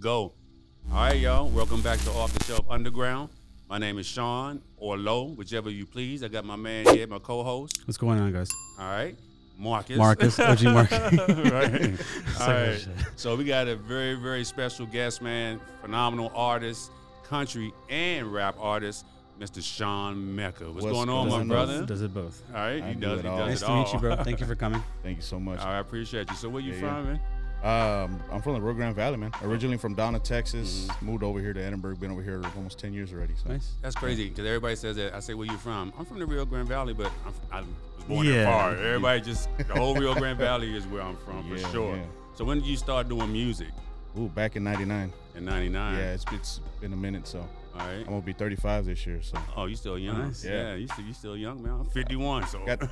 go. All right, y'all. Welcome back to Off the Shelf Underground. My name is Sean or Low, whichever you please. I got my man here, my co-host. What's going on, guys? All right, Marcus. Marcus, OG Marcus. right. All like, right. So we got a very, very special guest, man. Phenomenal artist, country and rap artist, Mr. Sean Mecca. What's, What's going on, going my on? brother? Does it both. all right, I he do does. it He all. does Nice it to all. meet you, bro. Thank you for coming. Thank you so much. All right, I appreciate you. So where you Yeah, yeah. from, man? Um, I'm from the Rio Grande Valley, man. Originally from Donna, Texas. Mm-hmm. Moved over here to Edinburgh. Been over here almost 10 years already. So. Nice. That's crazy because everybody says that. I say, "Where you from?" I'm from the Rio Grande Valley, but I'm, f- I was born in Yeah. far. Everybody just the whole Rio Grande Valley is where I'm from Yeah, for sure. yeah. So when did you start doing music? Ooh, back in 99. In '99. Yeah, it's, it's been a minute, so All right. I'm going to be 35 this year. So Oh, you still young? Nice. Yeah. Yeah. you still you still young, man. I'm 51, so Got-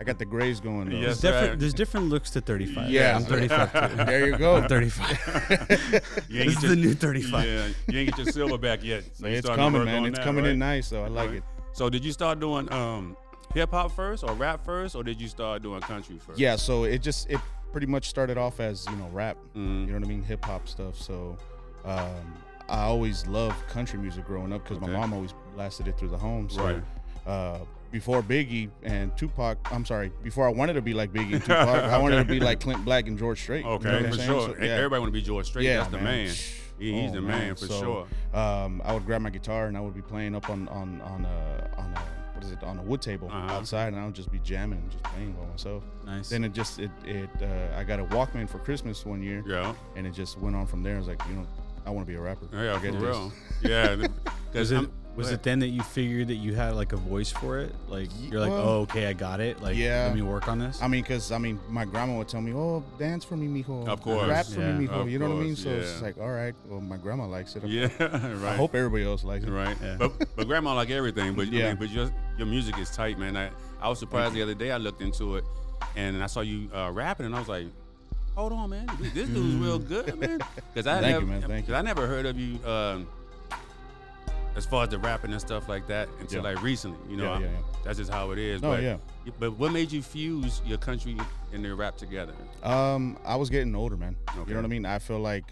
I got the grays going, though. Yes. That's There's different, right. there's different looks to 35. Yeah. I'm 35 too. There you go. I'm 35. You ain't this get is your- the new 35. Yeah, you ain't get your silver back yet. So you it's starting to coming, work man. on It's that, coming in right? nice, though. I like Right. it. So did you start doing um, hip hop first, or rap first, or did you start doing country first? Yeah, so it just, it pretty much started off as, you know, rap. Mhm. You know what I mean? Hip hop stuff. So um, I always loved country music growing up because Okay. my mom always blasted it through the home. So Right. uh, before Biggie and Tupac, I'm sorry, before I wanted to be like Biggie and Tupac, I wanted to be like Clint Black and George Strait. you know Okay, what I'm for saying? sure. So, Hey, Everybody want to be George Strait. That's the man. He- he's Oh, the man, for So, sure. Um, I would grab my guitar and I would be playing up on on on a on a what is it on a wood table Uh-huh. outside, and I would just be jamming and just playing by myself. Nice. Then it just it it uh, I got a Walkman for Christmas one year, Yeah, and it just went on from there. I was like, you know, I want to be a rapper. yeah, I for get this. real. Yeah, was because um, it, was it then that you figured that you had like a voice for it? Like Ye- you're like, well, oh, okay, I got it. Like, yeah. let me work on this. I mean, because I mean, my grandma would tell me, "Oh, dance for me, mijo. Of course. rap for me, Yeah. mijo." Of You know what I mean? course, So it's yeah. just like, all right, well, my grandma likes it. Yeah, right. I hope everybody else likes it. Right, Yeah. but but grandma like everything. But yeah, Yeah. but your your music is tight, man. I, I was surprised the other day. I looked into it, and I saw you uh, rapping, and I was like, "Hold on, man, this, this dude's real good, man." Because I Mm-hmm. Thank never, you, man. Thank 'cause I never heard of you um, as far as the rapping and stuff like that until Yeah. like recently. You know, Yeah, I- yeah, yeah. that's just how it is. No, but, yeah. But what made you fuse your country and your rap together? Um, I was getting older, man. Okay. You know what I mean? I feel like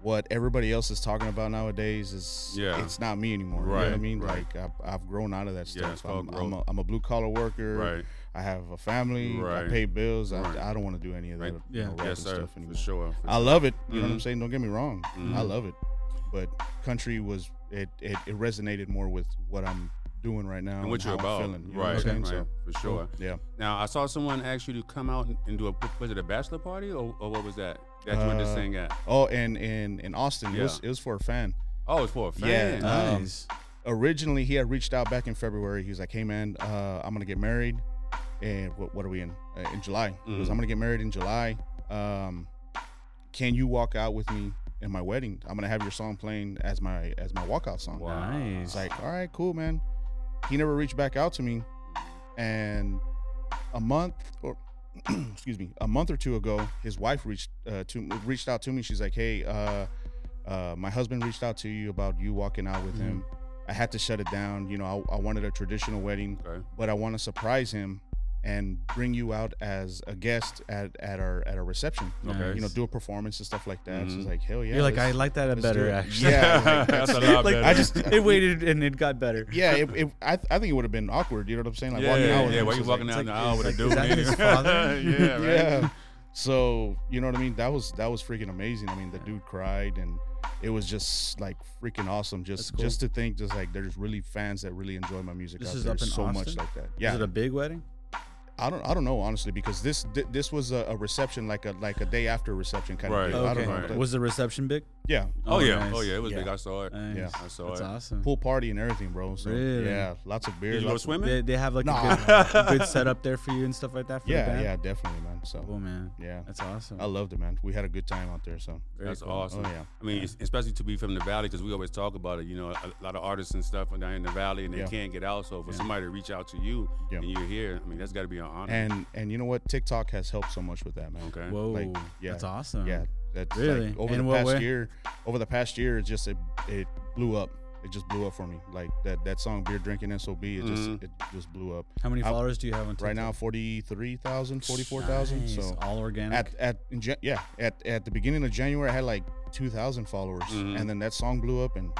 what everybody else is talking about nowadays is Yeah. it's not me anymore. You know what I Right, mean? right. Like I've, I've grown out of that Yeah, it's stuff. called I'm, I'm growth. a, I'm a blue collar worker. Right. I have a family. Right. I pay bills. I, Right. I don't want to do any of that. Right. you Yeah. know, rapping yes, sir. stuff anymore. for sure. for I love it. You know what I'm Mhm. saying? Don't get me wrong. I Mhm. love it. But country was it, it it resonated more with what I'm doing right now and what you're how about, I'm feeling. You know what right? I'm saying? right, So, for sure. yeah. Now I saw someone ask you to come out and- and do a was it a bachelor party or, or what was that that you went to Uh, sing at? Oh, and in in Austin, it was Yeah. it was for a fan. Oh, it's for a yeah, fan. um, nice. Originally, he had reached out back in February. He was like, "Hey, man, uh, I'm gonna get married, and what, what are we in? Uh, in July? He goes, Mhm. I'm gonna get married in July. Um, can you walk out with me in my wedding? I'm gonna have your song playing as my as my walkout song." Wow. Nice. It's like, all right, cool, man. He never reached back out to me. And a month or excuse me, a month or two ago, his wife reached uh, to reached out to me. She's like, hey, uh, uh, my husband reached out to you about you walking out with him. Mm-hmm. I had to shut it down. You know, I, I wanted a traditional wedding, Okay. but I want to surprise him and bring you out as a guest at, at our at our reception. Okay. You know, do a performance and stuff like that. So Mhm. it's like, hell yeah. you're like, let's- I like that let's do better it." actually. Yeah, like, that's a lot like, better. I just- it waited and it got better. yeah, it, it, I, I think it would have been awkward. You know what I'm saying? Like yeah, walking yeah, out. with yeah. him, While it's you just walking like, down the like- aisle with a like, dude, is that man. his father? yeah, right. yeah. So you know what I mean? That was that was freaking amazing. I mean, the dude cried, and it was just like freaking awesome. That's Just cool. just to think, just like there's really fans that really enjoy my music. This out is there up in so much Austin? like that. Is it Yeah, a big wedding? I I don't I don't know honestly because this thi- this was a, a reception like a like a day after reception kind Right. of. Deal. I don't know. Right. but Was the reception big? yeah, Oh, yeah, nice. oh yeah. It was big. Yeah. I saw it. Nice. Yeah. I saw That's it. awesome. pool party and everything, bro. So Really? yeah, lots of beer. Did you go lots of- swimming? They, they have like Nah. a good, good setup there for you and stuff like that. For the Yeah, band? yeah, definitely, man. So Cool, man. yeah, That's awesome. I loved it, man. We had a good time out there. So Very That's cool. awesome. Oh, yeah. I mean, es- especially to be from the valley, because we always talk about it. You know, a, a lot of artists and stuff are down in the valley, and they Yeah. can't get out. So for Yeah. somebody to reach out to you Yeah. and you're here, I mean, that's got to be an honor. and and you know what? TikTok has helped so much with that, man. okay. Whoa, like, yeah, that's awesome. Yeah, that's Um, Really? like over In the what past way? year. Over the past year, it just it, it blew up. it just blew up for me. Like that that song "Beer Drinking Sob," it just Mhm. Mm-hmm. it just blew up. How many I- followers do you have on TikTok? Right now, 43,000, 44,000. Nice, Oh, So all organic. at at in Jan- yeah at at the beginning of January, I had like two thousand followers, Mhm. and then that song blew up, and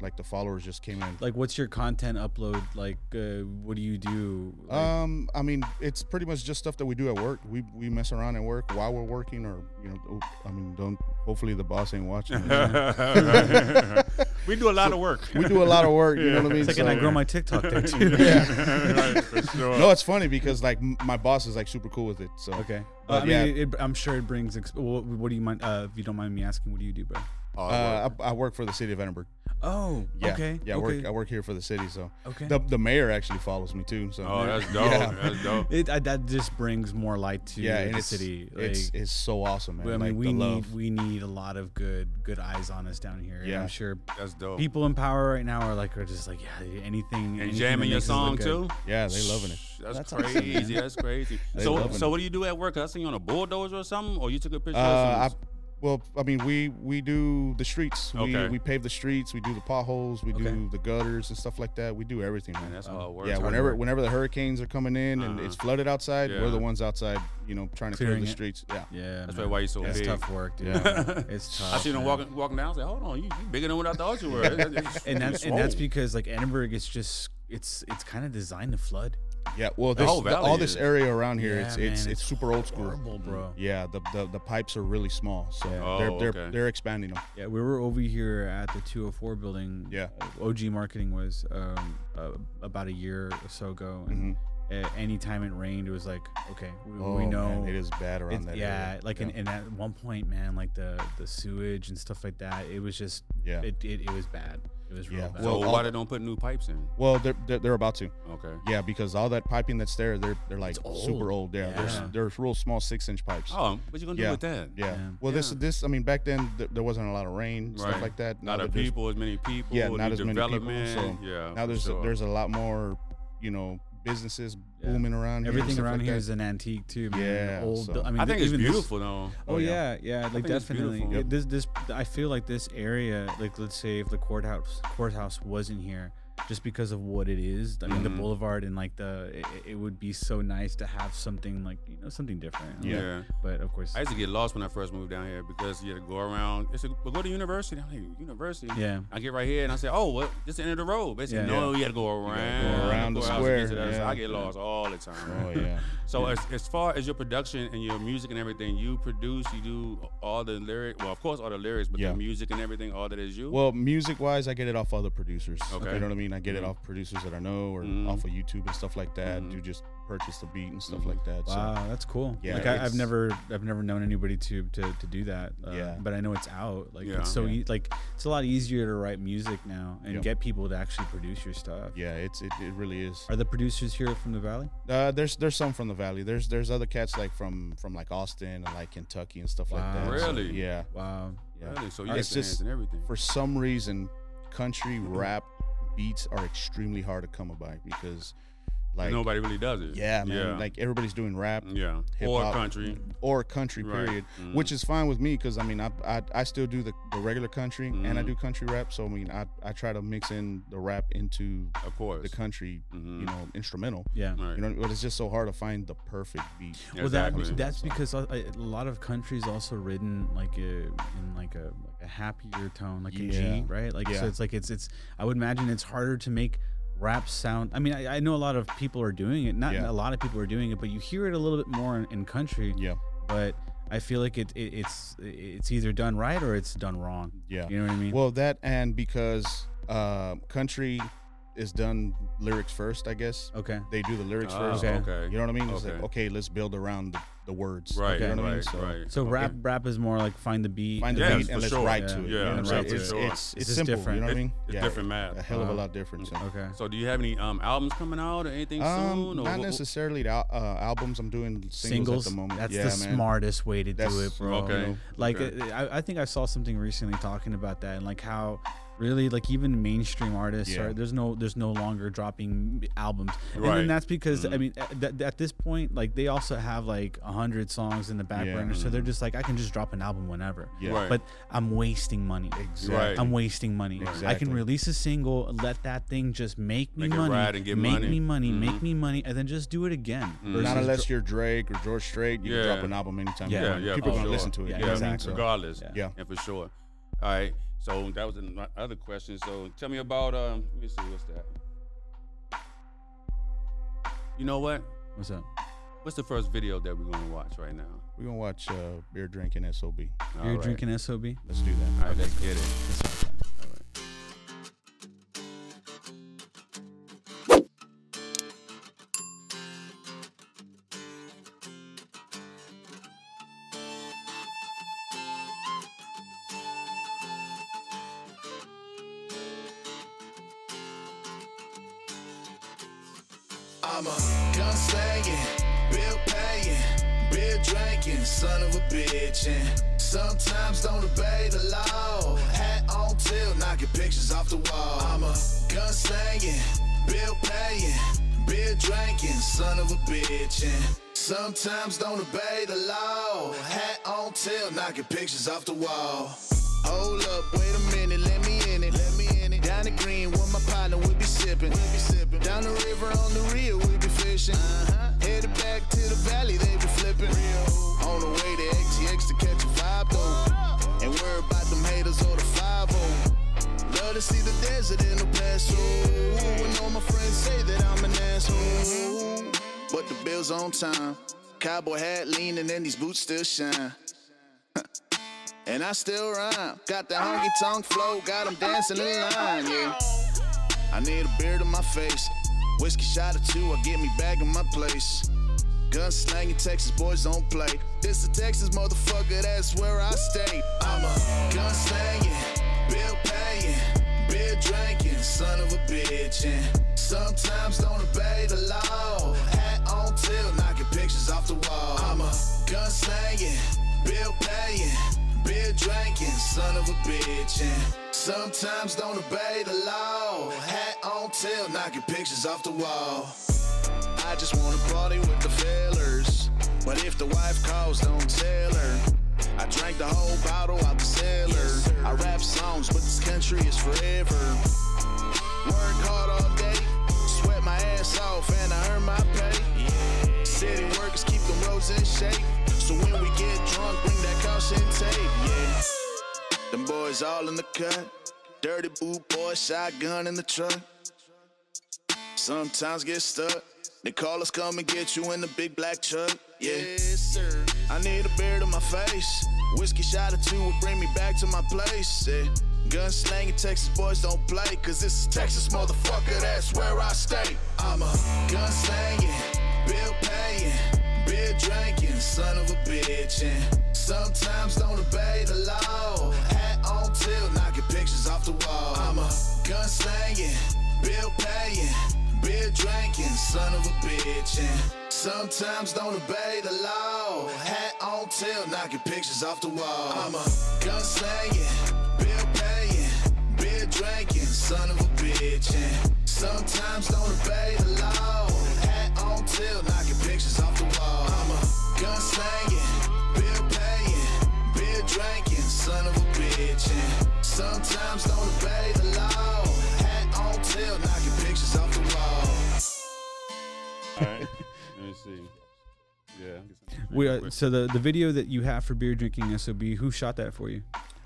like the followers just came in. Mm-hmm. like, what's your content upload? Like, uh, what do you do? Like, Um, I mean, it's pretty much just stuff that we do at work. We we mess around at work while we're working, or you know, oh, I mean, don't. Hopefully, the boss ain't watching. we do a lot of work. we do a lot of work. You know what I mean? it's like, and I So- grow my TikTok there too. yeah, right, for sure. no, it's funny because like m- my boss is like super cool with it. So Okay. But But, I yeah. mean, it, I'm sure it brings. Exp- what, what do you mind? Uh, if you don't mind me asking, what do you do, bro? Oh, uh, I, I work for the city of Edinburgh. Oh, Yeah, okay. yeah, I okay. work I work here for the city. So okay. the the mayor actually follows me too. So oh, that's dope. Yeah. That's dope. it, I, that just brings more light to yeah, and the it's, city. Like, it's it's so awesome, man. I mean, like we the need love. we need a lot of good good eyes on us down here. and Yeah. Oh. I'm sure That's dope. people in power right now are like are just like yeah, anything. and anything jamming your that makes us look song good. too. yeah, they loving it. That's, That's awesome, crazy. man. That's crazy. They so, loving so it. what do you do at work? 'Cause I seen you on a bulldozer or something, or you took a picture. Uh, I, of some- well, I mean, we we do the streets. Okay. We we pave the streets. We do the potholes. We Okay. do the gutters and stuff like that. We do everything, man. Uh, Man, that's how it works. yeah, Hard whenever work. whenever the hurricanes are coming in and Uh-huh. it's flooded outside, Yeah. we're the ones outside, you know, trying to Clearing clear the it. streets. Yeah. Yeah, that's man. why you're so It's big. tough work, dude. it's tough. I seen him man. walking walking down. I said, "Hold on, you, you bigger than what I thought you were." and that's and that's because because like Edinburgh is just it's it's kind of designed to flood. Yeah. Well, this, whole the- valley all this is- area around here, Yeah, it's, it's it's man, super old school. horrible, bro. Yeah. The, the the pipes are really small, so Yeah. Oh, they're they're okay. they're expanding them. Yeah, we were over here at the 204 building. Yeah. uh, OG Marketing was um, uh, about a year or so ago, and a- any time it rained, it was like, okay, we, Mm-hmm. Oh, we man, know it is bad around it's- that. yeah, area. like yeah. And, and at one point, man, like the the sewage and stuff like that, it was just Yeah. it it, it was bad. It was real Yeah, bad. so Well, why all- they don't put new pipes in? well, they're, they're they're about to. Okay. Yeah, because all that piping that's there, they're they're like It's super old. old. Yeah, there's Yeah. there's real small six inch pipes. Oh, what you gonna do Yeah. with that? yeah. Yeah. Well, this Yeah. this I mean, back then th- there wasn't a lot of rain Right. stuff like that. Now Not a that there's- people, as many people. Yeah, new not as many people, development. so yeah. Now for there's sure. there's a lot more, you know, businesses Yeah. booming around. here and Everything stuff around like here that. is an antique too, man. Yeah, old. so- bu- I mean, I th- think it's even this- beautiful though. Oh, Oh, yeah, yeah. yeah, like think it's definitely. beautiful. It- This this I feel like this area, like let's say if the courthouse courthouse wasn't here, just because of what it is, I mean the Mm-hmm. Mhm. boulevard and like the it, it would be so nice to have something like you know something different. yeah. Yeah. but of course, I used to get lost when I first moved down here because you had to go around. It's a, well, go to university. I'm like, university. yeah, I get right here and I say, oh, well, just the end of the road. Basically, Yeah. no, you had to go around, around the courthouse to get to square, other side. yeah. I get lost all the time. man. Oh yeah. So as, as far as your production and your music and everything, you produce, you do all the lyric. Well, of course, all the lyrics, but Yeah. the music and everything, all that is you. Well, music wise, I get it off other producers. Okay. You know what I mean? I get it Mm-hmm. Mhm. off producers that I know or Mhm. off of YouTube and stuff like that. Mhm. Do just purchase the beat and stuff Mhm. like that. So Mm-hmm. wow, that's cool. Yeah, like I, I've it's- never I've never known anybody to to, to do that. Uh, Yeah. but I know it's out. Like Yeah. it's so Yeah. e- like it's a lot easier to write music now and Yep. get people to actually produce your stuff. yeah, it's it, it really is. Are the producers here from the valley? Uh, there's there's some from the valley. There's there's other cats like from from like Austin and like Kentucky and stuff like Wow. that. So, Really? yeah. Wow. Yeah. Really? So you It's just just- and everything. For some reason, country rap beats are extremely hard to come by because like Nobody really does it. yeah, man, Yeah. like everybody's doing rap yeah. Or hip-hop, country. or country Right. period, Mhm. which is fine with me because I mean I, I I still do the, the regular country and I Mhm. do country rap, so I mean I I try to mix in the rap into Of course. the country, you Mhm. know, instrumental. Yeah. Right. You know, but it's just so hard to find the perfect beat. Well, that Exactly. that's because a, a lot of countries also written like a, in like a like a happier tone, like a G, Yeah. right? Like so, Yeah. it's like it's it's. I would imagine it's harder to make rap sound. I mean, I, I know a lot of people are doing it. Not a Yeah. lot of people are doing it, but you hear it a little bit more in, in country. Yeah, But I feel like it, it it's it's either done right or it's done wrong. yeah. You know what I mean? Well, that and because uh, country is done lyrics first, I guess. okay. They do the lyrics Ah, first. okay. You know what I mean? It's Okay. like, okay, let's build around the, the words. Right. You know what I right. mean? So right. So Okay. rap rap is more like find the beat. find the Yes, beat for and let's sure. write Yeah. to it. Yeah, you know what I'm for saying? sure. It's, It's it's, it's just simple. different. You know what I It- mean? It's different math. A hell of a Uh-huh. lot different. So. Okay. So do you have any um albums coming out or anything Um, soon? Or not what- necessarily the al- uh, albums. I'm doing singles, Singles. at the moment. That's yeah, the man. smartest way to That's- do it, bro. Okay. You know, Like Okay. uh, I, I think I saw something recently talking about that and like how really like even mainstream artists Yeah. are there's no there's no longer dropping albums and Right. then that's because i Mm-hmm. Mhm. mean at, th- at this point like they also have like 100 songs in the back Yeah. burner so they're just like i can just drop an album whenever Yeah. Right. but i'm wasting money Exactly. Right. I'm wasting money. I Exactly. can release a single, let that thing just make me Make it money, ride and get make money. me money, Mm-hmm. Mhm. make me money, and then just do it again. Mhm. versus Not unless dro- you're Drake or George Strait, you Yeah. can drop an album anytime. Yeah. you yeah, want. yeah, People for are sure. gonna listen to it. Yeah, Yeah, you know what I mean? exactly. So- regardless. Yeah. Yeah. Yeah, for sure. All right. So that was my other question. So tell me about um. Let me see what's that. You know what? What's up? What's the first video that we're gonna watch right now? We're gonna watch uh, beer drinking SOB. All you're right. drinking sob. Let's do that. All right, let's get it. All right. I'm a gun slanging, bill paying, beer drinking, son of a bitch. And sometimes don't obey the law. Hat on till knocking pictures off the wall. I'm a gun slanging, bill paying, beer drinking, son of a bitch. And sometimes don't obey the law. Hat on till knocking pictures off the wall. Hold up, wait a minute, let me in it. Let me in it. Down the green with my partner, we be sipping. We be sipping. Down the river on the reel, we be fishing. Uh-huh. Headed back to the valley, they be flipping. On the way to XTX to catch a vibe though. And worry about them haters or the 5 Love to see the desert in the past. Ooh, and all my friends say that I'm an asshole. But the bill's on time. Cowboy hat leaning and these boots still shine. And I still rhyme. Got the honky tonk flow, got 'em dancing in line, yeah. I need a beard in my face. Whiskey shot or two, I get me back in my place. Gun slanging Texas boys don't play. This a Texas motherfucker, that's where I stay. I'm a gun slanging, bill paying, beer drinking, son of a bitch. And sometimes don't obey the law. Hat on till knocking pictures off the wall. I'm a gun slanging, bill paying, beer drinking, son of a bitch. And sometimes don't obey the law. Hat on till knocking pictures off the wall. I just wanna party with the fellas. But if the wife calls, don't tell her. I drank the whole bottle out the cellar. I rap songs, but this country is forever. Work hard all day, sweat my ass off, and I earn my pay. City workers keep them roads in shape. So when we get drunk, bring that caution tape, yeah. Them boys all in the cut. Dirty boot boy, shotgun in the truck. Sometimes get stuck. They call us, come and get you in the big black truck. Yeah. Yes, sir. I need a beard on my face. Whiskey shot or two will bring me back to my place. Yeah. Gun slanging Texas boys don't play, cause this is Texas motherfucker, that's where I stay. I'm a gun slanging, bill paying, beer drinking, son of a bitch. And sometimes don't obey the law. Hat on till knocking pictures off the wall. I'm a gun slanging. Bill paying, beer drinking, son of a bitch. And sometimes don't obey the law. Hat on till knocking pictures off the wall. I'm a gun slanging, bill paying, beer drinking, son of a bitch. And sometimes don't obey the law. Hat on till knocking pictures off the wall. I'm a gun slanging, bill paying, beer drinking, son of a bitch. And sometimes don't obey the law. Hat on till knocking pictures off the wall. All right. Let me see. Yeah. I guess I'm- We are, so the the video that you have for beer drinking sob. Who shot that for you?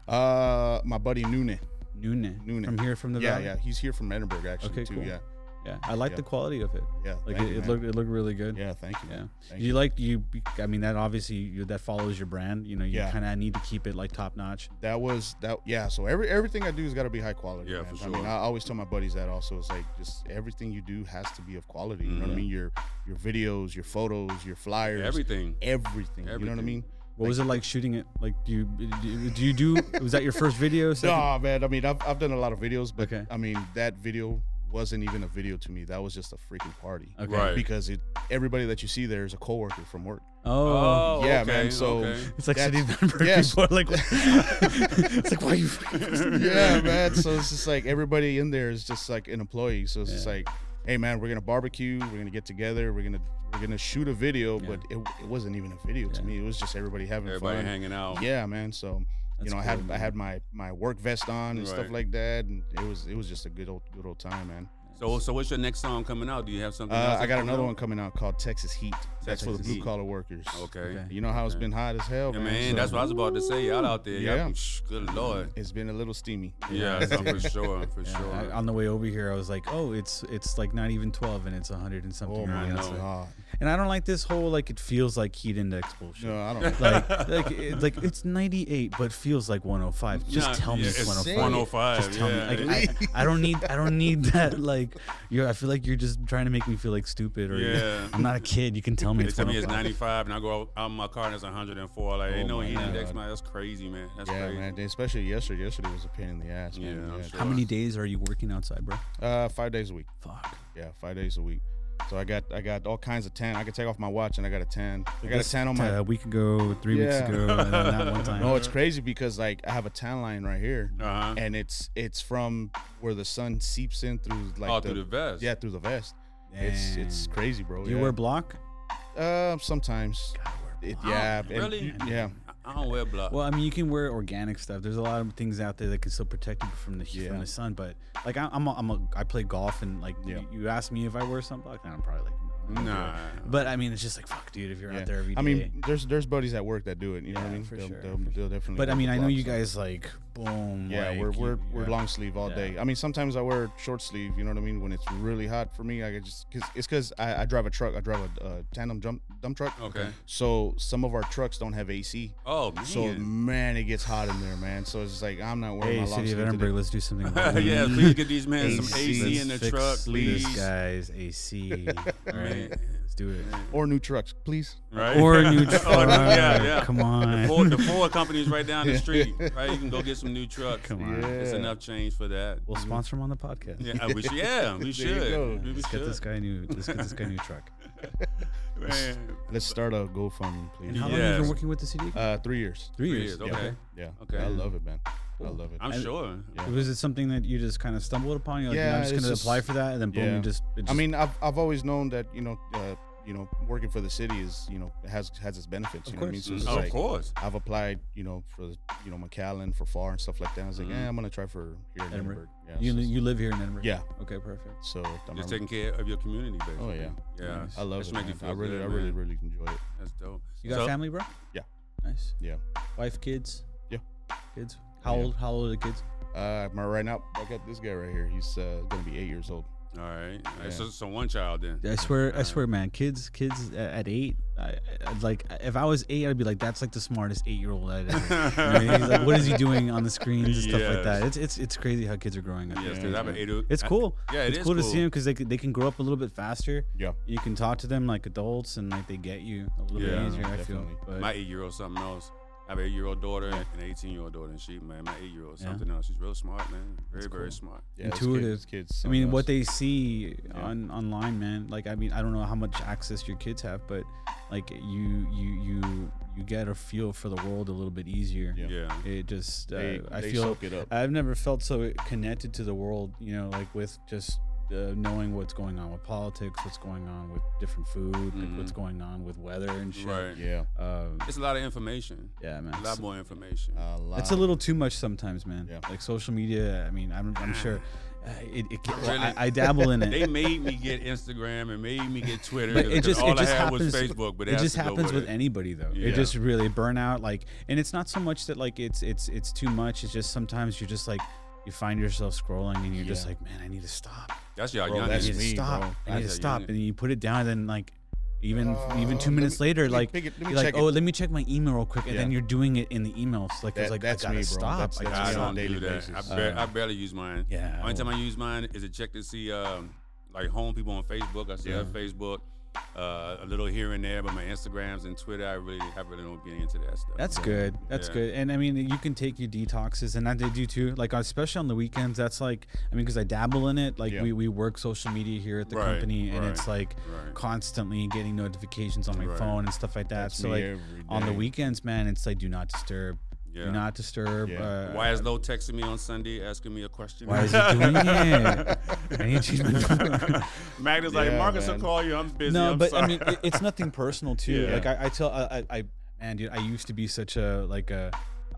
Uh, my buddy Noonan. Noonan. Noonan. From here from the yeah, valley. yeah. He's here from Edinburgh actually Okay, too. cool. Yeah, Yeah. I like Yeah. the quality of it. yeah. Like thank it, you, it man. looked it looked really good. Yeah, thank you. Yeah. man. Thank you like you I mean that obviously you, that follows your brand. You know, you Yeah. kind of need to keep it like top notch. that was that yeah so every everything i do has got to be high quality Yeah, man. for i mean sure. i always tell my buddies that also it's like just everything you do has to be of quality you know what i Mhm. mean your your videos your photos your flyers Everything. everything, you know what i Everything. mean What was it like shooting it? Like do you do, do you do was that your first video? no Second- man i mean I've, I've done a lot of videos but Okay. i mean that video wasn't even a video to me. That was just a freaking party. Okay. Right. Because it, everybody that you see there is a coworker from work. Oh. yeah, man, so- It's like That's- sitting there for yes. people are like, it's like, why you? fucking- yeah, man. So it's just like everybody in there is just like an employee. So it's just Yeah. like, hey, man, we're gonna barbecue. We're gonna get together. We're gonna we're gonna shoot a video. Yeah. But it, it wasn't even a video to Yeah. me. It was just everybody having everybody fun. hanging out. Yeah, man. So That's you know, I cool, had I man. had my my work vest on and stuff Right. like that, and it was it was just a good old good old time, man. So, so what's your next song coming out? Do you have something? Uh, else I got that's another coming one out? coming out called Texas Heat. That's for the Texas blue Heat. collar workers. Okay. Okay. okay. You know how it's Okay. been hot as hell, Yeah, man. man, that's so what I was about to say. Y'all out there, Yeah. yeah. Good lord. It's been a little steamy. Yeah, so for sure, for Yeah, sure. I- on the way over here, I was like, "Oh, it's it's like not even twelve, and it's hundred and something." Oh my around. no. It's like- god. And I don't like this whole like it feels like heat index bullshit. No, I don't. Like like it's like it's ninety eight, but feels like one hundred five. Just Yeah, tell me yeah, it's it's one hundred five. 105. Just tell yeah. me. Like I, I don't need I don't need that. Like you're I feel like you're just trying to make me feel like stupid or Yeah. I'm not a kid. You can tell me they it's tell me it's 95, 105. and I go out, out in my car and it's 104. Like, ain't Oh no my heat index, God. man. That's crazy, man. That's yeah, crazy. man. Especially yesterday. Yesterday was a pain in the ass, Yeah, man. I'm sure. How many days are you working outside, bro? Uh, five days a week. Fuck. Yeah, five days a week. So I got I got all kinds of tan. I could take off my watch and I got a tan. I got a tan on my a week ago, three Yeah. weeks ago, and then that one time. No, it's crazy because like I have a tan line right here, Uh huh. and it's it's from where the sun seeps in through like oh, the, through the vest. yeah through the vest. It's it's Damn. crazy, bro. Do you yeah. wear block? uh, sometimes. It, yeah, and- Really? Yeah, I- I don't wear black. Well, I mean, you can wear organic stuff. There's a lot of things out there that can still protect you from the heat Yeah. from the sun. But like, I, I'm a, I'm a, I play golf, and like, Yeah. you, you ask me if I wear sunblock, and I'm probably like, no. I don't nah. do it. But I mean, it's just like, fuck, dude, if you're yeah. out there every day. I mean, there's there's buddies at work that do it. You know what I Yeah, mean? for they'll, sure, they'll, for they'll definitely. but go I mean, with I know blocks you and- guys like, boom. Yeah, like, we're you- we're, we're yeah. long sleeve all Yeah. day. I mean, sometimes I wear short sleeve. You know what I mean? When it's really hot for me, I could just cause it's cause I, I drive a truck. I drive a uh, tandem jump dump truck. Okay. So some of our trucks don't have AC. Oh man. So man, it gets hot in there, man. So it's just like I'm not wearing Hey, my long city of sleeve Edinburgh, today. let's do something. about it. yeah, please get these men some AC. AC in the Let's fix truck, please. This guy's AC. All right, let's do it. or new trucks, please. Right? Or new Oh, truck. yeah, yeah. Come on. The Ford, the Ford company's right down the street. Right, you can go get some new trucks. Come on. It's enough change for that. We'll sponsor him on the podcast. Yeah, I wish, yeah, we There you go. should. We Let's get this should. guy a new. Let's get this guy a new truck. Man. Let's start a GoFundMe, please. Yeah. How long have you Yes. been working with the city? Uh, three years. Three Three years. years, okay. Yeah. Okay. I love it, man. I love it. I'm I- sure. Yeah. Was it something that you just kind of stumbled upon? You're like, yeah, Yeah, I'm just it's going to just- apply for that, and then boom, yeah. you just, it I just- mean, I've I've always known that you know, uh, you know, working for the city is you know has has its benefits. You know what I mean? course. So it's Oh, like, of course. I've applied, you know, for you know McAllen for FAR and stuff like that. I was like, Mhm. yeah, I'm gonna try for here in Mm-hmm. Edinburgh. Edinburgh. Yeah, you so, you live here in Edinburgh. yeah. Okay, perfect. So I'm, Just I'm- taking care of your community, basically. oh yeah, Yeah. Nice. I love That's it. make you man. feel I really, good, I really, man. really enjoy it. That's dope. You got So- family, bro? Yeah. Nice. Yeah. Wife, kids. Yeah. Kids. How Yeah. old? How old are the kids? Uh, my right now, I got this guy right here. He's uh, gonna be eight years old. All right. All right, Yeah. So, so one child then. I swear, I Uh, swear, man, kids, kids a- at eight, I, I- like if I was eight, I'd be like, that's like the smartest eight-year-old I'd ever. You know what I mean? He's like, what is he doing on the screens and stuff like that? Yes. It's it's it's crazy how kids are growing up. Yes, these because days, I have an man. eight. o- It's I- cool. Yeah, it it's is cool, to see them because they can- they can grow up a little bit faster. Yeah. You can talk to them like adults and like they get you a little Yeah, bit easier. I feel. definitely. But My eight year old something else. I have an eight year old daughter and an eighteen year old daughter, and she man, my eight year old Yeah. something else. She's real smart, man. Very very cool. smart. Yeah, this Intuitive. Kid, this kid's I mean, something what else. they see on online, man. Like, I mean, I don't know how much access your kids have, but like you you you you get a feel for the world a little bit easier. Yeah. Yeah. It just uh, They- I they feel soak it up. I've never felt so connected to the world, you know, like with just uh, knowing what's going on with politics, what's going on with different food, like what's going on with weather and shit. Mm-hmm. Right. Yeah. Um, It's a lot of information. yeah, man. A lot more information. Uh, A lot. It's a little too much sometimes, man. Yeah. Like social media. I mean, I'm, I'm sure uh, it. it well, Really? I, I dabble in it. they made me get Instagram and made me get Twitter. But 'cause- it 'cause just all it just I had was happens. Facebook, but it, it has just to go happens with it. anybody though. Yeah. It just really burnout like, and it's not so much that like it's it's it's too much. It's just sometimes you're just like you find yourself scrolling and you're just Yeah. like, man, I need to stop. That's y'all Bro, young. I that's need to me, stop. bro. I need to That's a stop. unit. And you put it down, and then like even even Uh, two minutes let me- later, let me like pick it- let me you're like, check it. oh, let me check my email real quick, and Yeah. then you're doing it in the email. So like it's That- like that's I gotta me, bro. stop. That's- I I that's gotta me on don't stop. daily do that. basis. I, bar- Uh, I barely use mine. yeah, I Only don't. time I use mine is to check to see um, like home people on Facebook. I see Yeah. their Facebook. uh, a little here and there, but my Instagrams and Twitter, I really, I really don't get into that stuff. That's good. That's Yeah. good. And I mean, you can take your detoxes, and I did do too. Like especially on the weekends. That's like, I mean, because I dabble in it. Like Yeah. we, we work social media here at the Right, company, and right, it's like right. constantly getting notifications on my Right. phone and stuff like that. That's so me like every on the day. weekends, man, it's like do not disturb. Yeah. Do not disturb. Yeah. Uh, Why is Lo texting me on Sunday asking me a question? why is he doing it? I need you to- Magnus like Yeah, Marcus man. will call you. I'm busy. No, I'm but sorry. I mean, it, it's nothing personal too. Yeah. Like I, I tell, I, I, I, man, dude, I used to be such a like a,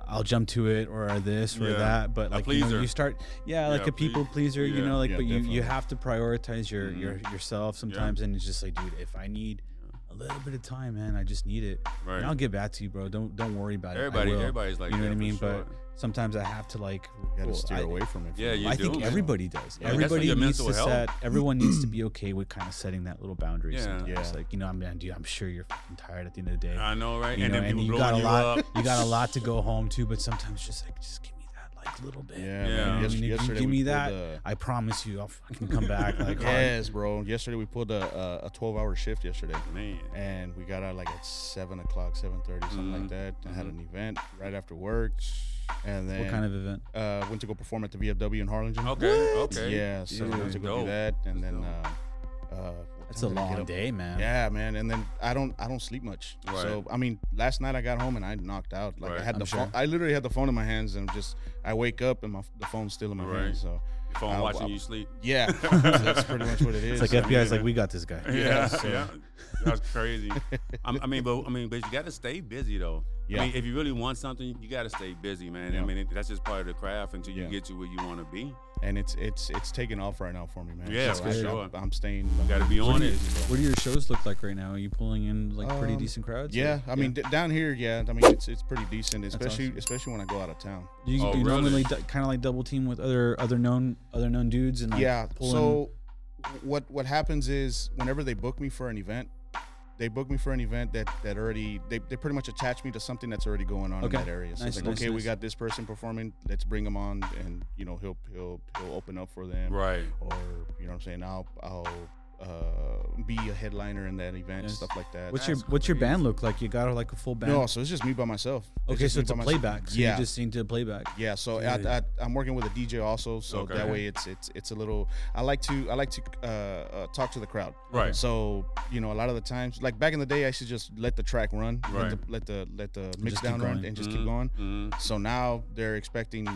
I'll jump to it or this or Yeah. that. But A like you, know, pleaser. you start, yeah, like Yeah, a people please- pleaser. You yeah. Mm-hmm. know, like Yeah, but you definitely. you have to prioritize your your yourself sometimes, and it's just like, dude, if I need. A little bit of time, man. I just need it. Right. And I'll get back to you, bro. Don't don't worry about Everybody- it. I will. everybody's like you know that what I for mean. sure. But sometimes I have to like. You gotta well, steer I- away from it. Yeah, for you I do, think man. everybody does. Yeah, that's for everybody your needs mental to health. set. Everyone needs to be okay with kind of setting that little boundary. Yeah. sometimes. Yeah. Like you know, I'm dude. I'm sure you're fucking tired at the end of the day. I know, right? you and know, then and people you got blowing a you lot. up. you got a lot to go home to, but sometimes just like just give me that like little bit. Yeah, Yeah. man. You know, Yes- I mean, if you yesterday give we me pulled that, a- I promise you, I'll fucking come back. Like, hard. yes, bro. Yesterday we pulled a a- a twelve hour shift yesterday, Man, and we got out like at seven o'clock, seven thirty, something Mm-hmm. like that. I had an event right after work, and then what kind of event? uh, went to go perform at the VFW in Harlingen. okay, okay, Yeah, so Dude, went to go dope. do that, and That's then uh, dope. uh, what That's a time did I get long up? day, man. Yeah, man. And then I don't I don't sleep much. Right. So I mean, last night I got home and I knocked out. Like Right. I had I'm the sure. phone. I literally had the phone in my hands and just I wake up and my the phone's still in my Right. hand. So Your phone Uh, watching well, you sleep. yeah, that's pretty much what it is. It's like I mean, FBI's like, we got this guy. Yeah, yeah. That's crazy. I'm, I mean, but I mean, but you got to stay busy though. Yeah. I mean, if you really want something, you got to stay busy, man. Yeah. I mean, it, that's just part of the craft until you Yeah. get to where you want to be. You and it's it's it's taking off right now for me, man. Yeah, so for I, sure. I'm, I'm staying. got to be on it. What do your shows look like right now? Are you pulling in like pretty Um, decent crowds? or- Yeah, I mean d- down here, yeah. I mean it's it's pretty decent, That's especially awesome. especially when I go out of town. Do you, Oh, do you really? normally kind of like double team with other other known other known dudes and like yeah pull in- so what what happens is whenever they book me for an event they book me for an event that that already they, they pretty much attach me to something that's already going on Okay. in that area so Nice, it's like nice, okay we nice. got this person performing let's bring them on and you know he'll he'll he'll open up for them Right. or you know what i'm saying i'll i'll uh, be a headliner in that event Yes. stuff like that what's your that's what's your band crazy. look like? You got like a full band? no so it's just me by myself okay, just so me it's a by myself. playback. So yeah you just sing to a playback. yeah, so I, Dude. I, I'm working with a DJ also, so Okay. that way it's it's it's a little. I like to I like to uh, uh, talk to the crowd. Right. So you know, a lot of the times, like back in the day, I used to just let the track run, Right. let, the, let the let the mix just keep down run, going. and just keep going. Mm, So now they're expecting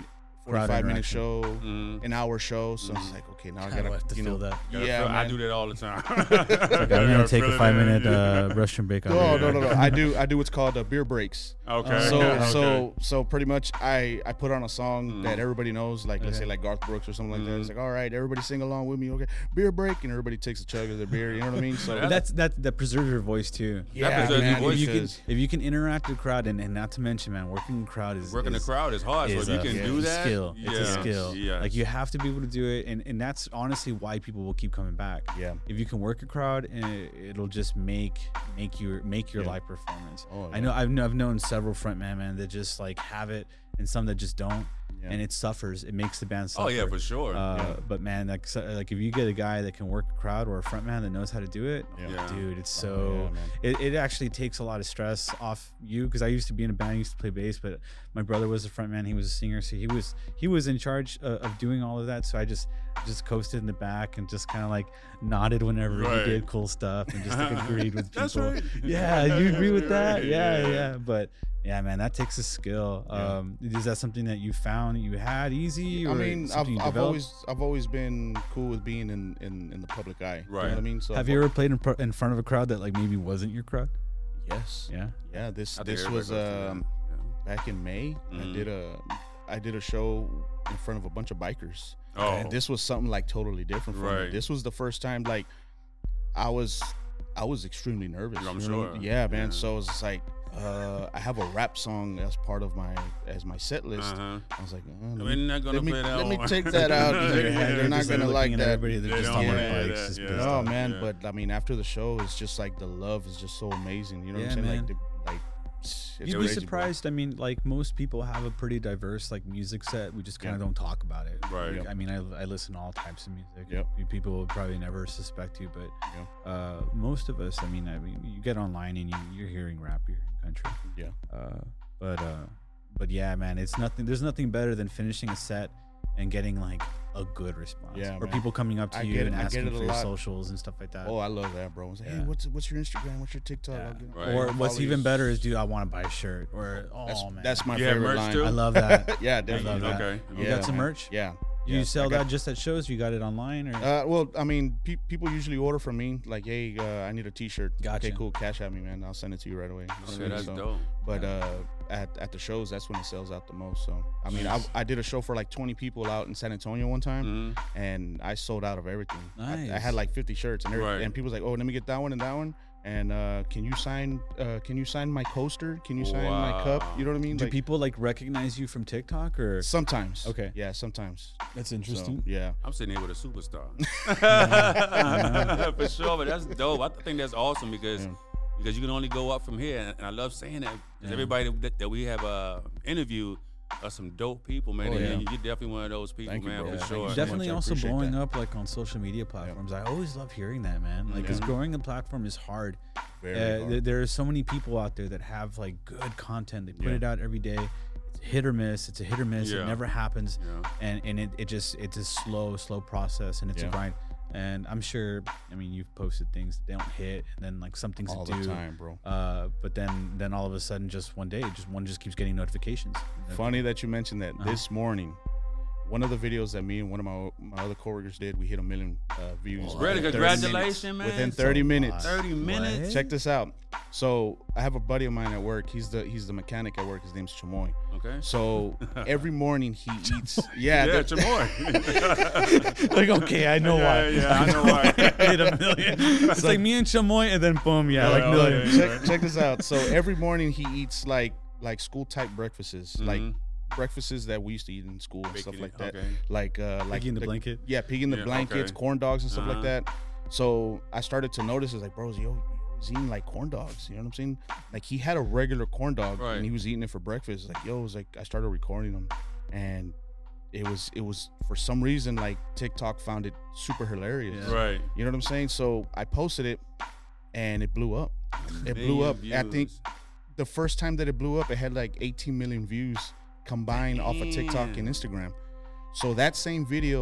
45 minute interaction. show, mm. an hour show. So it's like, okay, now I I gotta have to you feel know, that. Gotta yeah, feel- I man. do that all the time. I'm Gotta gonna take feel a it five in. minute uh, restroom break. out No, here. no, no, no. I do I do what's called uh, beer breaks. Okay. Uh, So okay. Mm. so so pretty much I I put on a song that everybody knows, like let's Okay. say like Garth Brooks or something like that. It's Mm-hmm. like all right, everybody sing along with me, okay? Beer break, and everybody takes a chug of their beer. You know what I mean? So But that's that that preserves your voice too. yeah, preserves your man, voice If you can because- if you can interact with the crowd and, and not to mention man, working in crowd is working is, the crowd is hard. So if is you a- can yeah, do it's a that, skill. It's a yeah, skill. Yeah. Like you have to be able to do it, and and that's honestly why people will keep coming back. Yeah. If you can work a crowd, eh, it'll just make make your make your live performance. Oh, I yeah. know I've kn- I've known several frontmen man that just like have it, and some that just don't, Yeah. and it suffers. It makes the band suffer. Oh yeah, for sure. Uh, But man, like so, like if you get a guy that can work a crowd or a frontman that knows how to do it, Yeah. Yeah. dude, it's so Oh, yeah, man. it, it actually takes a lot of stress off you because I used to be in a band, I used to play bass, but my brother was a frontman, he was a singer, so he was he was in charge uh, of doing all of that. So I just just coasted in the back and just kind of like nodded whenever Right. he did cool stuff and just like agreed with people. That's right. Yeah, you agree with You're that? right, Yeah, yeah. yeah, But yeah, man, that takes a skill. Yeah. Um, is that something that you found you had easy? I or mean, I've, something you I've developed? always I've always been cool with being in in, in the public eye. You know Right. what I mean? So Have you ever played in, pro- in front of a crowd that like maybe wasn't your crowd? Yes. Yeah. Yeah. This I think this everybody was goes through that. um back in May. I Mhm. did a I did a show in front of a bunch of bikers. Yeah. Oh, And this was something like totally different for me. Right. This was the first time like I was I was extremely nervous. I'm you know what I sure. mean? Yeah, man. Yeah. So it's just like uh, I have a rap song as part of my as my set list. uh-huh. I was like, uh, We're let me, not gonna let me, play that let me one. take that out. Yeah, They're, yeah, they're yeah. not Just, like, gonna like looking at that. Everybody, they're They just don't on wanna their hear bikes. that, just yeah. pissed No, Oh off. man, Yeah. but I mean, after the show, it's just like the love is just so amazing. You know Yeah, what I'm saying? man. Like, the, like it's You'd be crazy, bro. surprised. I mean, like most people have a pretty diverse like music set. We just kind of Yeah. don't talk about it. Right. Like, I mean, I, I listen to all types of music. Yep. You- People would probably never suspect you, but Yeah. uh, most of us, I mean, I mean, you get online and you, you're hearing rap, you're hearing country. Yeah. Uh, but uh, but yeah, man, it's nothing. There's nothing better than finishing a set and getting like a good response. Yeah, Or man. people coming up to I you get it- and I get asking it a for your lot. socials and stuff like that. Oh, I love that, bro. It's like, Yeah. Hey, what's what's your Instagram? What's your TikTok? Yeah. I'll get on- Right. Or I'll what's follow you. even better is, dude, I want to buy a shirt. Or oh That's, man, that's my You have favorite merch line. too? I love that. yeah, definitely. love that. Okay. You Yeah, got some man. merch? Yeah. You Yeah, sell I got- that just at shows? You got it online or? Uh, well, I mean, pe- people usually order from me like, "Hey, uh, I need a T-shirt." Gotcha. Okay, cool. Cash at me, man. I'll send it to you right away. You know what I Shit, mean? that's So- dope. But uh, at at the shows, that's when it sells out the most. So I mean, I, Nice. I did a show for like 20 people out in San Antonio one time, Mhm. and I sold out of everything. I- I, Nice. had like 50 shirts, and every, Right. and people was like, "Oh, let me get that one and that one." And uh, can you sign? Uh, can you sign my coaster? Can you sign my Wow. cup? You know what I mean? Do Like, people like recognize you from TikTok or? sometimes. Okay. Yeah, sometimes. That's So, yeah. I'm sitting here with a superstar. For sure, but that's dope. I think that's awesome because Yeah. because you can only go up from here, and, and I love saying that. 'cause Yeah. Everybody that, that we have uh, interviewed are some dope people, man. Oh, and yeah. you- you're definitely one of those people, Thank you, man. bro. for Yeah, thank sure. you so much. Definitely I also appreciate blowing that. up like on social media platforms. I always love hearing that, man. Like, because Yeah. growing a platform is hard. Very Uh, hard. th- there are so many people out there that have like good content. They put Yeah. it out every day. It's hit or miss. It's a hit or miss. Yeah. It never happens. Yeah. And and it, it just it's a slow slow process and it's a Yeah. grind. And I'm sure I mean you've posted things that don't hit and then like some things all that the do. time, bro. Uh, but then then all of a sudden just one day just one just keeps getting notifications. Funny that you mentioned that. This Uh-huh. morning, one of the videos that me and one of my my other coworkers did, we hit a million uh, views. Really? within 30 Congratulations, minutes. man. Within That's a 30 minutes. lot. 30 minutes. Check this out. So I have a buddy of mine at work. He's the he's the mechanic at work. His name's Chamoy. Okay. So every morning he eats. Yeah, Yeah, the- Chamoy. like okay, I know yeah, yeah, I know why. hit a million. It's, like, me and Chamoy, and then boom, yeah, like Yeah, oh, million. yeah, check, check this out. So every morning he eats like like school type breakfasts, like Mhm. breakfasts that we used to eat in school and Bacon stuff like it, that. okay. Like uh, like Like in the blanket. Yeah, pig in the Yeah, blankets, okay. corn dogs and stuff Uh-huh. like that. So I started to notice, it's like, bro, yo, you always eating like corn dogs. You know what I'm saying? Like he had a regular corn dog Right. and he was eating it for breakfast. Like yo, it was like I started recording them, and it was it was for some reason like TikTok found it super hilarious. Yeah. Right. You know what I'm saying? So I posted it, and it blew up. It blew Million up. I think views. the first time that it blew up, it had like 18 million views combined off of TikTok Damn. and Instagram. So that same video,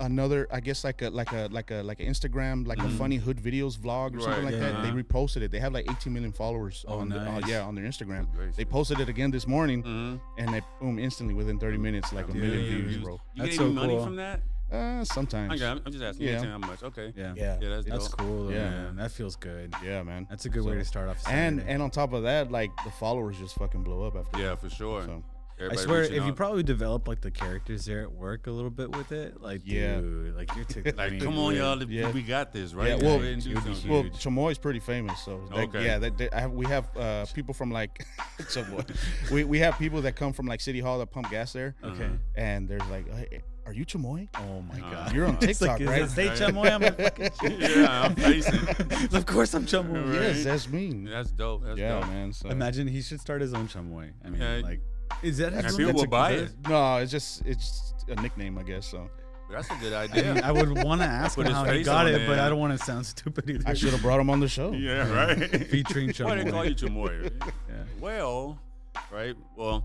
another I guess like a like a like a like an Instagram like Mm-hmm. a funny hood videos vlog or something Right, like that. They yeah. reposted it. They have like 18 million followers uh-huh. Oh, on the- uh, nice. Mm. yeah on their Instagram. Good gracious. They posted it again this morning, Mhm. and they boom instantly within 30 minutes like a Dude, million Million views, views. bro. You That's get so any money cool. from that? Uh, sometimes. Okay, I'm, I'm just asking. Yeah. Yeah. How much? Okay. Yeah. Yeah. Yeah, that's, That's dope. cool, though, Yeah. man. That feels good. Yeah, man. That's a good way So- to start off. a And Saturday. and on top of that, like the followers just fucking blow up after. Yeah, for sure. So, I Everybody swear, reaching if you out. probably develop like the characters there at work a little bit with it, like Yeah. dude, like you're taking. like, come on, y'all, if- Yeah. we got this, right? Yeah, well, Go ahead and do it'll be something. Well, Huge. Chamoy's pretty famous, so that- Okay. yeah, that, that- I have, we have uh, people from like Chamoy. we we have people that come from like City Hall that pump gas there, Uh-huh. Okay. and there's like, "Hey, are you Chamoy? Oh my Uh, god. You're on It's like, TikTok, is right? it State Chamoy? I'm like, fucking shit. yeah, I'm facing. of course I'm Chamoy. Right. Yes, that's me. That's dope. That's yeah, dope. man. So Imagine he should start his own Chamoy. I mean, Yeah. like, is that his And own- people that's will a- buy that- it. no, it's just it's a nickname, I guess. So That's a good I mean, idea. I would want to ask Put him his how he face got on it, it, but yeah. I don't want to sound stupid either. I should have brought him on the show. yeah, right. Featuring Chum. Why they call you Chamoy? Yeah. Well, right. Well,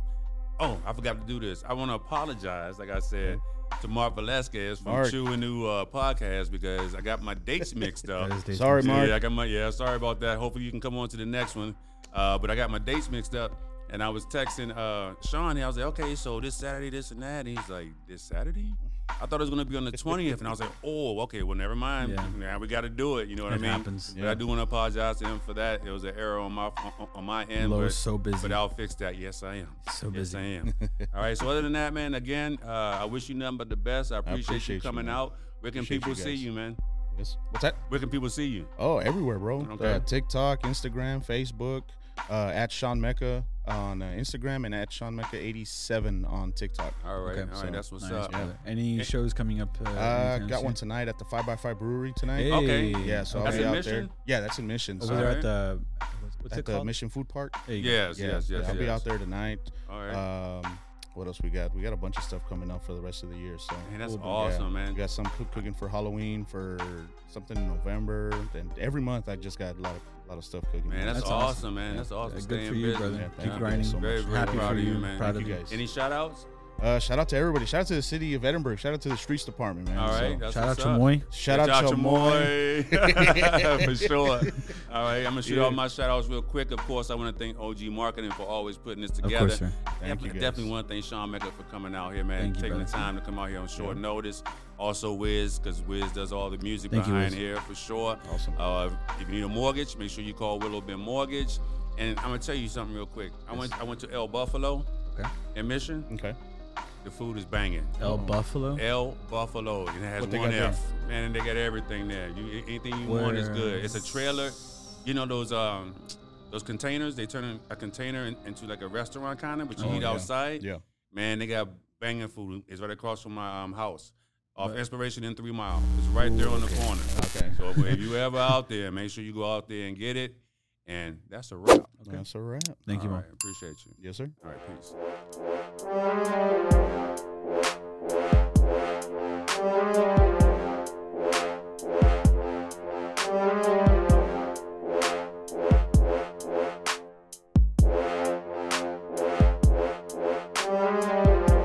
oh, I forgot to do this. I want to apologize, like I said, to Mark Velasquez from Mark. Chewing New uh, Podcast because I got my dates mixed up. That is Dave Sorry, Chamoy. Mark. Yeah, I got my yeah. Sorry about that. Hopefully you can come on to the next one. Uh, but I got my dates mixed up, and I was texting uh, Sean. here. I was like, okay, so this Saturday, this and that. And he's like, this Saturday? I thought it was gonna be on the twentieth, and I was like, oh, okay. Well, never mind. Yeah. Now we got to do it. You know what I It mean? happens. But I do want to apologize to him for that. It was an error on my on, on my end. Lowe's but- so busy. But I'll fix that. Yes, I am. So Yes, busy. I am. All right. So other than that, man, again, uh, I wish you nothing but the best. I appreciate, appreciate you you, coming man. out. Where can Appreciate you people see guys. you, man? Yes. What's that? Where can people see you? Oh, everywhere, bro. Okay. Uh, TikTok, Instagram, Facebook, uh, at Sean Mecca on uh, Instagram and at Sean Mecca 87 on TikTok. All right, Okay, all right, so, that's what's Nice, up. brother. Any shows coming up? Uh, Uh, anytime got one soon? tonight at the 5x5 Brewery tonight. Hey. Okay. Yeah, so I'll That's be in out Mission? there. Yeah, that's in Mission. Over So there Alright. at the was what's at it the called? Mission Food Park. There you go. Yes, Yeah, yes, yes. I'll be yes. out there tonight. All right. Uh, Um, what else we got? We got a bunch of stuff coming up for the rest of the year. So man, that's cool, but yeah, awesome, man. we got some cook- cooking for Halloween, for something in November, and every month I just got a lot of lot of stuff cooking. Man, that's, That's awesome, awesome. man. Yeah. That's awesome. Yeah, Stay good in for you, business. brother. Yeah, Keep thank you grinding. so much. Very, very Happy proud for of you, you. man. Proud Thank of you you. guys. Any shout outs? Uh, shout out to everybody. Shout out to the city of Edinburgh. Shout out to the streets department, man. All So, right. that's Shout out what's to up. Moy. shout out to Moy. Chamoy. for sure. All right, I'm gonna shoot Yeah. all my shout outs real quick. Of course, I want to thank OG Marketing for always putting this Of together. course, sir. Thank you definitely, guys. definitely want to thank Sean Mecca for coming out here, man. Thank you, taking the brother. time to come out here on short notice. Also, Wiz, because Wiz does all the music Thank you, behind Wiz. here for sure. Awesome. Uh, if you need a mortgage, make sure you call Willow Bend Mortgage. And I'm gonna tell you something real quick. I went I went to El Buffalo Okay. in Mission. Okay. The food is banging. El Buffalo. El Buffalo. And it has What they one got there? F. Man, and they got everything there. You anything you want is good. It's a trailer. You know those um those containers, they turn a container in- into like a restaurant kind of, but you Oh, eat yeah. outside. Yeah. Man, they got banging food. It's right across from my um, house. Off Inspiration in Three Mile. It's right there on the corner. Okay. So if- if you ever out there, make sure you go out there and get it. And that's a wrap. That's a wrap. Thank you, All Mo. right, appreciate you. Yes, sir. All right, peace.